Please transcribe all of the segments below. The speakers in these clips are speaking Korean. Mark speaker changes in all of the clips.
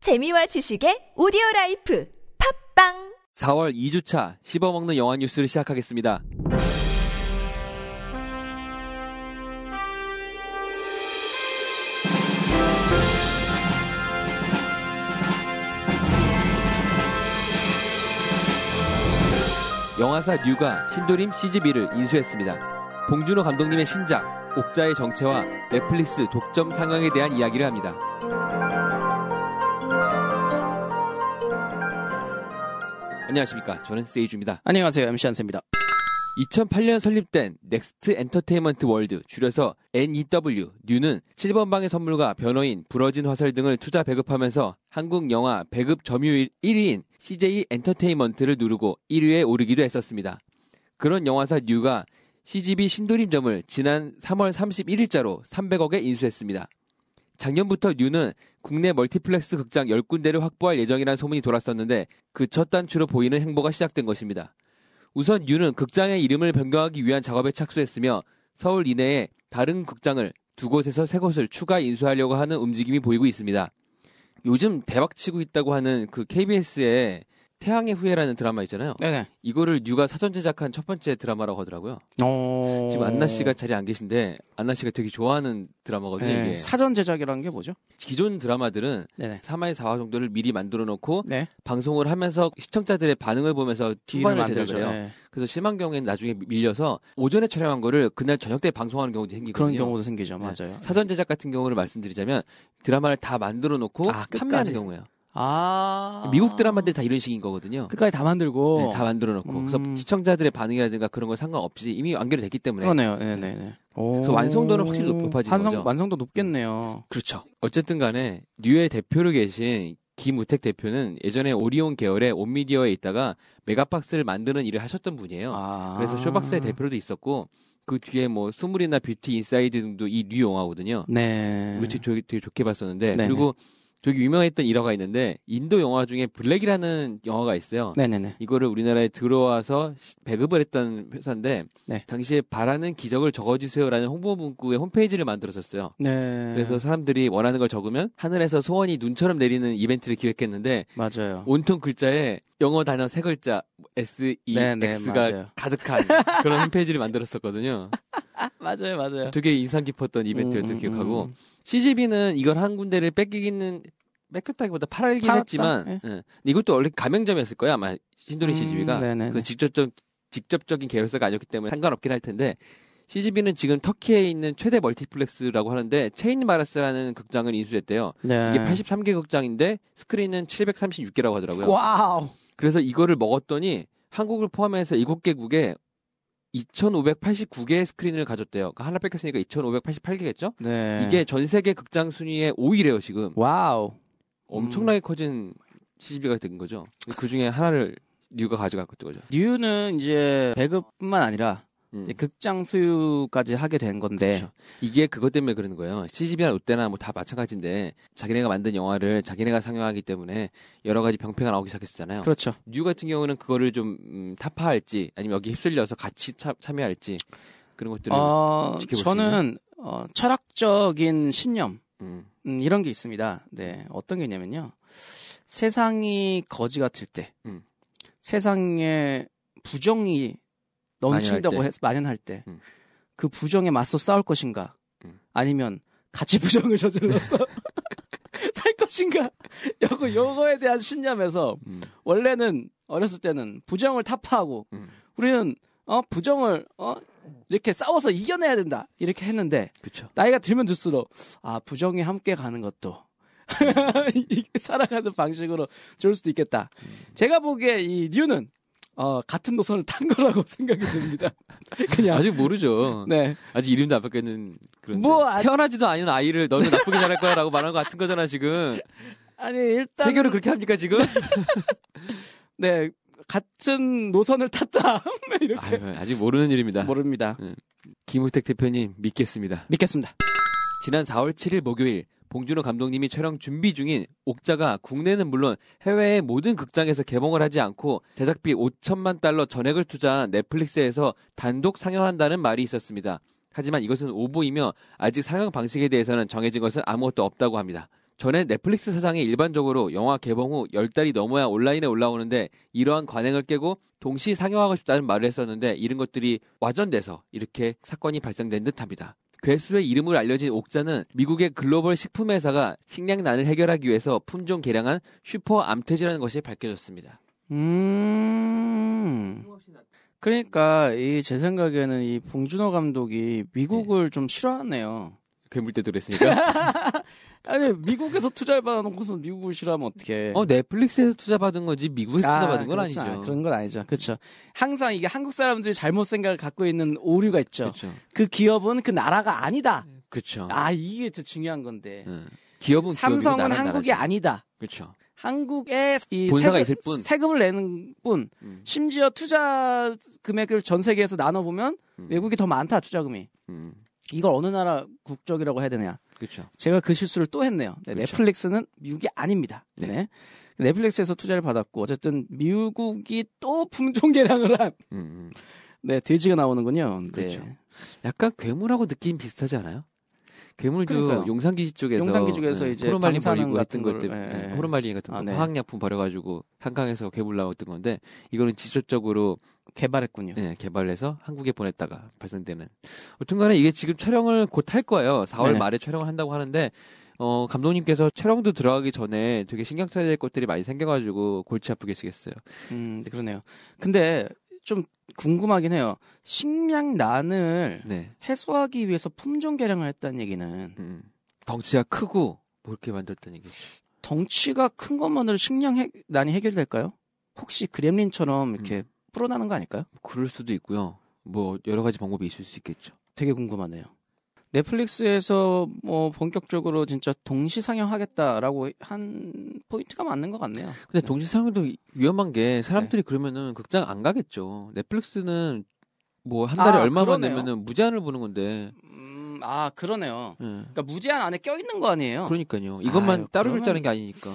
Speaker 1: 재미와 지식의 오디오 라이프 팝빵
Speaker 2: 4월 2주차 씹어먹는 영화 뉴스를 시작하겠습니다. 영화사 뉴가 신도림 CGV를 인수했습니다. 봉준호 감독님의 신작 옥자의 정체와 넷플릭스 독점 상영에 대한 이야기를 합니다. 안녕하십니까. 저는 세이주입니다.
Speaker 3: 안녕하세요. MC 한세입니다.
Speaker 2: 2008년 설립된 넥스트 엔터테인먼트 월드 줄여서 NEW 뉴는 7번 방의 선물과 변호인 부러진 화살 등을 투자 배급하면서 한국 영화 배급 점유율 1위인 CJ 엔터테인먼트를 누르고 1위에 오르기도 했었습니다. 그런 영화사 뉴가 CGV 신도림점을 지난 3월 31일자로 300억에 인수했습니다. 작년부터 뉴는 국내 멀티플렉스 극장 10군데를 확보할 예정이라는 소문이 돌았었는데 그 첫 단추로 보이는 행보가 시작된 것입니다. 우선 유는 극장의 이름을 변경하기 위한 작업에 착수했으며 서울 이내에 다른 극장을 두 곳에서 세 곳을 추가 인수하려고 하는 움직임이 보이고 있습니다. 요즘 대박치고 있다고 하는 그 KBS의 태양의 후예라는 드라마 있잖아요.
Speaker 3: 네네.
Speaker 2: 이거를 유가 사전 제작한 첫 번째 드라마라고 하더라고요.
Speaker 3: 어...
Speaker 2: 지금 안나 씨가 자리에 안 계신데 안나 씨가 되게 좋아하는 드라마거든요.
Speaker 3: 네.
Speaker 2: 이게.
Speaker 3: 사전 제작이라는 게 뭐죠?
Speaker 2: 기존 드라마들은
Speaker 3: 네네.
Speaker 2: 3화에 4화 정도를 미리 만들어 놓고
Speaker 3: 네.
Speaker 2: 방송을 하면서 시청자들의 반응을 보면서
Speaker 3: 뒤를
Speaker 2: 후반을
Speaker 3: 만들죠.
Speaker 2: 제작을 해요.
Speaker 3: 네.
Speaker 2: 그래서 심한 경우에는 나중에 밀려서 오전에 촬영한 거를 그날 저녁 때 방송하는 경우도 생기거든요.
Speaker 3: 그런 경우도 생기죠.
Speaker 2: 네.
Speaker 3: 맞아요.
Speaker 2: 사전 제작 같은 경우를 말씀드리자면 드라마를 다 만들어 놓고
Speaker 3: 아, 끝까지.
Speaker 2: 판매하는 경우예요.
Speaker 3: 아
Speaker 2: 미국 드라마들 다 이런 식인 거거든요.
Speaker 3: 끝까지 다 만들고
Speaker 2: 네, 다 만들어 놓고
Speaker 3: 음.
Speaker 2: 그래서 시청자들의 반응이라든가 그런 거 상관없이 이미 완결이 됐기 때문에
Speaker 3: 그러네요. 네네네.
Speaker 2: 그래서 완성도는 확실히 높- 높아지는
Speaker 3: 완성,
Speaker 2: 거죠.
Speaker 3: 완성도 높겠네요.
Speaker 2: 그렇죠. 어쨌든 간에 뉴의 대표로 계신 김우택 대표는 예전에 오리온 계열의 온미디어에 있다가 메가박스를 만드는 일을 하셨던 분이에요.
Speaker 3: 아.
Speaker 2: 음. 그래서 쇼박스의 대표로도 있었고 그 뒤에 뭐 스물이나 뷰티 인사이드 등도 이 뉴 영화거든요.
Speaker 3: 네.
Speaker 2: 우리 집 되게, 되게 좋게 봤었는데
Speaker 3: 네네.
Speaker 2: 그리고 되게 유명했던 일화가 있는데 인도 영화 중에 블랙이라는 영화가 있어요.
Speaker 3: 네네네.
Speaker 2: 이거를 우리나라에 들어와서 시- 배급을 했던 회사인데
Speaker 3: 네.
Speaker 2: 당시에 바라는 기적을 적어주세요라는 홍보 문구의 홈페이지를 만들었었어요.
Speaker 3: 네.
Speaker 2: 그래서 사람들이 원하는 걸 적으면 하늘에서 소원이 눈처럼 내리는 이벤트를 기획했는데
Speaker 3: 맞아요.
Speaker 2: 온통 글자에 영어 단어 세 글자 S E
Speaker 3: 네네,
Speaker 2: X가
Speaker 3: 맞아요.
Speaker 2: 가득한 그런 홈페이지를 만들었었거든요.
Speaker 3: 맞아요, 맞아요.
Speaker 2: 되게 인상 깊었던 이벤트였던
Speaker 3: 음, 음,
Speaker 2: 기억하고
Speaker 3: 음.
Speaker 2: CGV는 이걸 한 군데를 뺏기기는 뺏겼다기보다 팔긴
Speaker 3: 팔았다?
Speaker 2: 했지만
Speaker 3: 예.
Speaker 2: 예. 근데 이것도 원래 가맹점이었을 거야 아마 신도리
Speaker 3: 음,
Speaker 2: CGV가
Speaker 3: 네네네.
Speaker 2: 그 직접적 직접적인 계열사가 아니었기 때문에 상관없긴 할 텐데 CGV는 지금 터키에 있는 최대 멀티플렉스라고 하는데 체인 마라스라는 극장을 인수했대요.
Speaker 3: 네.
Speaker 2: 이게 83개 극장인데 스크린은 736개라고 하더라고요.
Speaker 3: 와우.
Speaker 2: 그래서 이거를 먹었더니 한국을 포함해서 7개국에 2,589개의 스크린을 가졌대요. 그러니까 하나 뺏겼으니까 2,588개겠죠?
Speaker 3: 네.
Speaker 2: 이게 전 세계 극장 순위의 5위래요, 지금.
Speaker 3: 와우.
Speaker 2: 엄청나게 커진 CGV가 된 거죠. 그 중에 하나를 뉴가 가져갔던 거죠.
Speaker 3: 뉴는 이제 배급뿐만 아니라
Speaker 2: 음.
Speaker 3: 이제 극장 수유까지 하게 된 건데
Speaker 2: 그렇죠. 이게 그것 때문에 그러는 거예요. CGV나 롯데나 뭐 다 마찬가지인데 자기네가 만든 영화를 자기네가 상영하기 때문에 여러 가지 병폐가 나오기 시작했잖아요.
Speaker 3: 그렇죠.
Speaker 2: 뉴 같은 경우는 그거를 좀 음, 타파할지 아니면 여기 휩쓸려서 같이 참, 참여할지 그런 것들을
Speaker 3: 어,
Speaker 2: 지켜볼 수
Speaker 3: 저는 어, 철학적인 신념
Speaker 2: 음,
Speaker 3: 음, 이런 게 있습니다. 네, 어떤 게 있냐면요. 세상이 거지 같을 때,
Speaker 2: 음.
Speaker 3: 세상에 부정이 넘친다고
Speaker 2: 만연할
Speaker 3: 해- 만연할 때,
Speaker 2: 음.
Speaker 3: 그 부정에 맞서 싸울 것인가,
Speaker 2: 음.
Speaker 3: 아니면 같이 부정을 저질러서 살 것인가, 요거 요거에 대한 신념에서
Speaker 2: 음,
Speaker 3: 원래는 어렸을 때는 부정을 타파하고
Speaker 2: 음.
Speaker 3: 우리는 어 부정을 어 이렇게 싸워서 이겨내야 된다 이렇게 했는데
Speaker 2: 그쵸.
Speaker 3: 나이가 들면 들수록 아 부정이 함께 가는 것도 이게 살아가는 방식으로 좋을 수도 있겠다. 제가 보기에 이 뉴는 어 같은 노선을 탄 거라고 생각이 듭니다. 그냥
Speaker 2: 아직 모르죠.
Speaker 3: 네
Speaker 2: 아직 이름도 안 바뀌는 그런
Speaker 3: 뭐, 아-
Speaker 2: 태어나지도 않은 아이를 너는 나쁘게 자랄 거야라고 말하는 것 같은 거잖아 지금.
Speaker 3: 아니 일단
Speaker 2: 세교를 그렇게 합니까 지금?
Speaker 3: 네 같은 노선을 탔다 네, 이렇게
Speaker 2: 아유, 아직 모르는 일입니다.
Speaker 3: 모릅니다.
Speaker 2: 김우택 대표님 믿겠습니다.
Speaker 3: 믿겠습니다.
Speaker 2: 지난 4월 7일 목요일 봉준호 감독님이 촬영 준비 중인 옥자가 국내는 물론 해외의 모든 극장에서 개봉을 하지 않고 제작비 5천만 달러 전액을 투자한 넷플릭스에서 단독 상영한다는 말이 있었습니다. 하지만 이것은 오보이며 아직 상영 방식에 대해서는 정해진 것은 아무것도 없다고 합니다. 전에 넷플릭스 사상에 일반적으로 영화 개봉 후 10달이 넘어야 온라인에 올라오는데 이러한 관행을 깨고 동시 상영하고 싶다는 말을 했었는데 이런 것들이 와전돼서 이렇게 사건이 발생된 듯합니다. 괴수의 이름으로 알려진 옥자는 미국의 글로벌 식품회사가 식량난을 해결하기 위해서 품종 개량한 슈퍼 암태지라는 것이 밝혀졌습니다.
Speaker 3: 음. 그러니까 이 제 생각에는 이 봉준호 감독이
Speaker 2: 네.
Speaker 3: 미국을 좀 싫어하네요.
Speaker 2: 괴물때도 그랬으니까.
Speaker 3: 아니 미국에서 투자를 받아놓고서 미국을 싫어하면 어떡해?
Speaker 2: 어, 넷플릭스에서 투자받은 거지 미국에서
Speaker 3: 아,
Speaker 2: 투자받은 건
Speaker 3: 그렇지.
Speaker 2: 아니죠.
Speaker 3: 아, 그런 건 아니죠. 그렇죠. 항상 이게 한국 사람들이 잘못 생각을 갖고 있는 오류가 있죠.
Speaker 2: 그렇죠.
Speaker 3: 그 기업은 그 나라가 아니다.
Speaker 2: 그렇죠.
Speaker 3: 아 이게 더 중요한 건데.
Speaker 2: 음. 기업은
Speaker 3: 삼성은 한국이
Speaker 2: 아니.
Speaker 3: 아니다.
Speaker 2: 그렇죠.
Speaker 3: 한국에 이
Speaker 2: 본사가
Speaker 3: 세금,
Speaker 2: 있을 뿐.
Speaker 3: 세금을 내는 뿐
Speaker 2: 음,
Speaker 3: 심지어 투자 금액을 전 세계에서 나눠 보면
Speaker 2: 음,
Speaker 3: 외국이 더 많다 투자금이.
Speaker 2: 음,
Speaker 3: 이걸 어느 나라 국적이라고 해야 되냐?
Speaker 2: 그렇죠.
Speaker 3: 제가 그 실수를 또 했네요. 네,
Speaker 2: 그렇죠.
Speaker 3: 넷플릭스는 미국이 아닙니다.
Speaker 2: 네.
Speaker 3: 네. 넷플릭스에서 투자를 받았고 어쨌든 미국이 또 품종 개량을 한
Speaker 2: 음, 음.
Speaker 3: 네, 돼지가 나오는군요. 네.
Speaker 2: 그렇죠. 약간 괴물하고 느낌 비슷하지 않아요? 괴물도
Speaker 3: 그러니까요.
Speaker 2: 용산기지 쪽에서
Speaker 3: 용산기 쪽에서
Speaker 2: 예,
Speaker 3: 이제
Speaker 2: 포르말린
Speaker 3: 방사능
Speaker 2: 버리고 같은
Speaker 3: 같은
Speaker 2: 것
Speaker 3: 걸,
Speaker 2: 때문에
Speaker 3: 예,
Speaker 2: 예,
Speaker 3: 예.
Speaker 2: 포르말린 같은 거
Speaker 3: 아, 네.
Speaker 2: 화학약품 버려가지고 한강에서 괴물 나왔던 건데 이거는 직접적으로
Speaker 3: 개발했군요.
Speaker 2: 예, 개발해서 한국에 보냈다가 발생되는. 어쨌간에 이게 지금 촬영을 곧 할 거예요. 4월
Speaker 3: 네.
Speaker 2: 말에 촬영을 한다고 하는데 어, 감독님께서 촬영도 들어가기 전에 되게 신경 써야 될 것들이 많이 생겨가지고 골치 아프게 시겠어요.
Speaker 3: 음, 네, 그러네요. 근데 좀 궁금하긴 해요. 식량난을
Speaker 2: 네.
Speaker 3: 해소하기 위해서 품종 개량을 했다는 얘기는
Speaker 2: 음. 덩치가 크고 그렇게 만들었다는 얘기죠.
Speaker 3: 덩치가 큰 것만으로 식량난이 해결될까요? 혹시 그렘린처럼 이렇게
Speaker 2: 음.
Speaker 3: 풀어나는 거 아닐까요?
Speaker 2: 그럴 수도 있고요. 뭐 여러 가지 방법이 있을 수 있겠죠.
Speaker 3: 되게 궁금하네요. 넷플릭스에서 뭐 본격적으로 진짜 동시 상영하겠다라고 한 포인트가 맞는 것 같네요. 네.
Speaker 2: 근데 동시상영도 위험한 게 사람들이 그러면은 극장 안 가겠죠. 넷플릭스는 뭐 한 달에
Speaker 3: 아,
Speaker 2: 얼마만
Speaker 3: 그러네요.
Speaker 2: 내면은 무제한을 보는 건데.
Speaker 3: 음, 아 그러네요.
Speaker 2: 예.
Speaker 3: 그러니까 무제한 안에 껴 있는 거 아니에요?
Speaker 2: 그러니까요. 이것만
Speaker 3: 어. 아유,
Speaker 2: 따로
Speaker 3: 그러면-
Speaker 2: 결제하는 게 아니니까.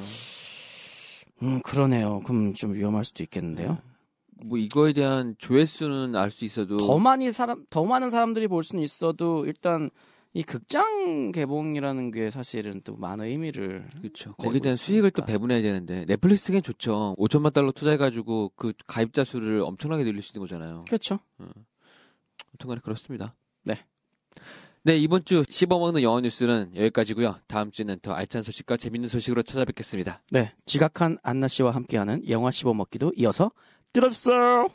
Speaker 3: 음 그러네요. 그럼 좀 위험할 수도 있겠는데요.
Speaker 2: 뭐 이거에 대한 조회수는 알 수 있어도
Speaker 3: 더 많이 사람 더 많은 사람들이 볼 수는 있어도 일단 이 극장 개봉이라는 게 사실은 또 많은 의미를
Speaker 2: 그렇죠.
Speaker 3: 내고
Speaker 2: 거기에 대한 수익을 또
Speaker 3: 있으니까.
Speaker 2: 배분해야 되는데 넷플릭스는 좋죠. 5천만 달러 투자해가지고 그 가입자 수를 엄청나게 늘릴 수 있는 거잖아요.
Speaker 3: 그렇죠.
Speaker 2: 아무튼간에 그렇습니다.
Speaker 3: 네.
Speaker 2: 네 이번 주 씹어먹는 영어 뉴스는 여기까지고요. 다음 주는 더 알찬 소식과 재밌는 소식으로 찾아뵙겠습니다.
Speaker 3: 네 지각한 안나 씨와 함께하는 영화 씹어 먹기도 이어서 들었어요.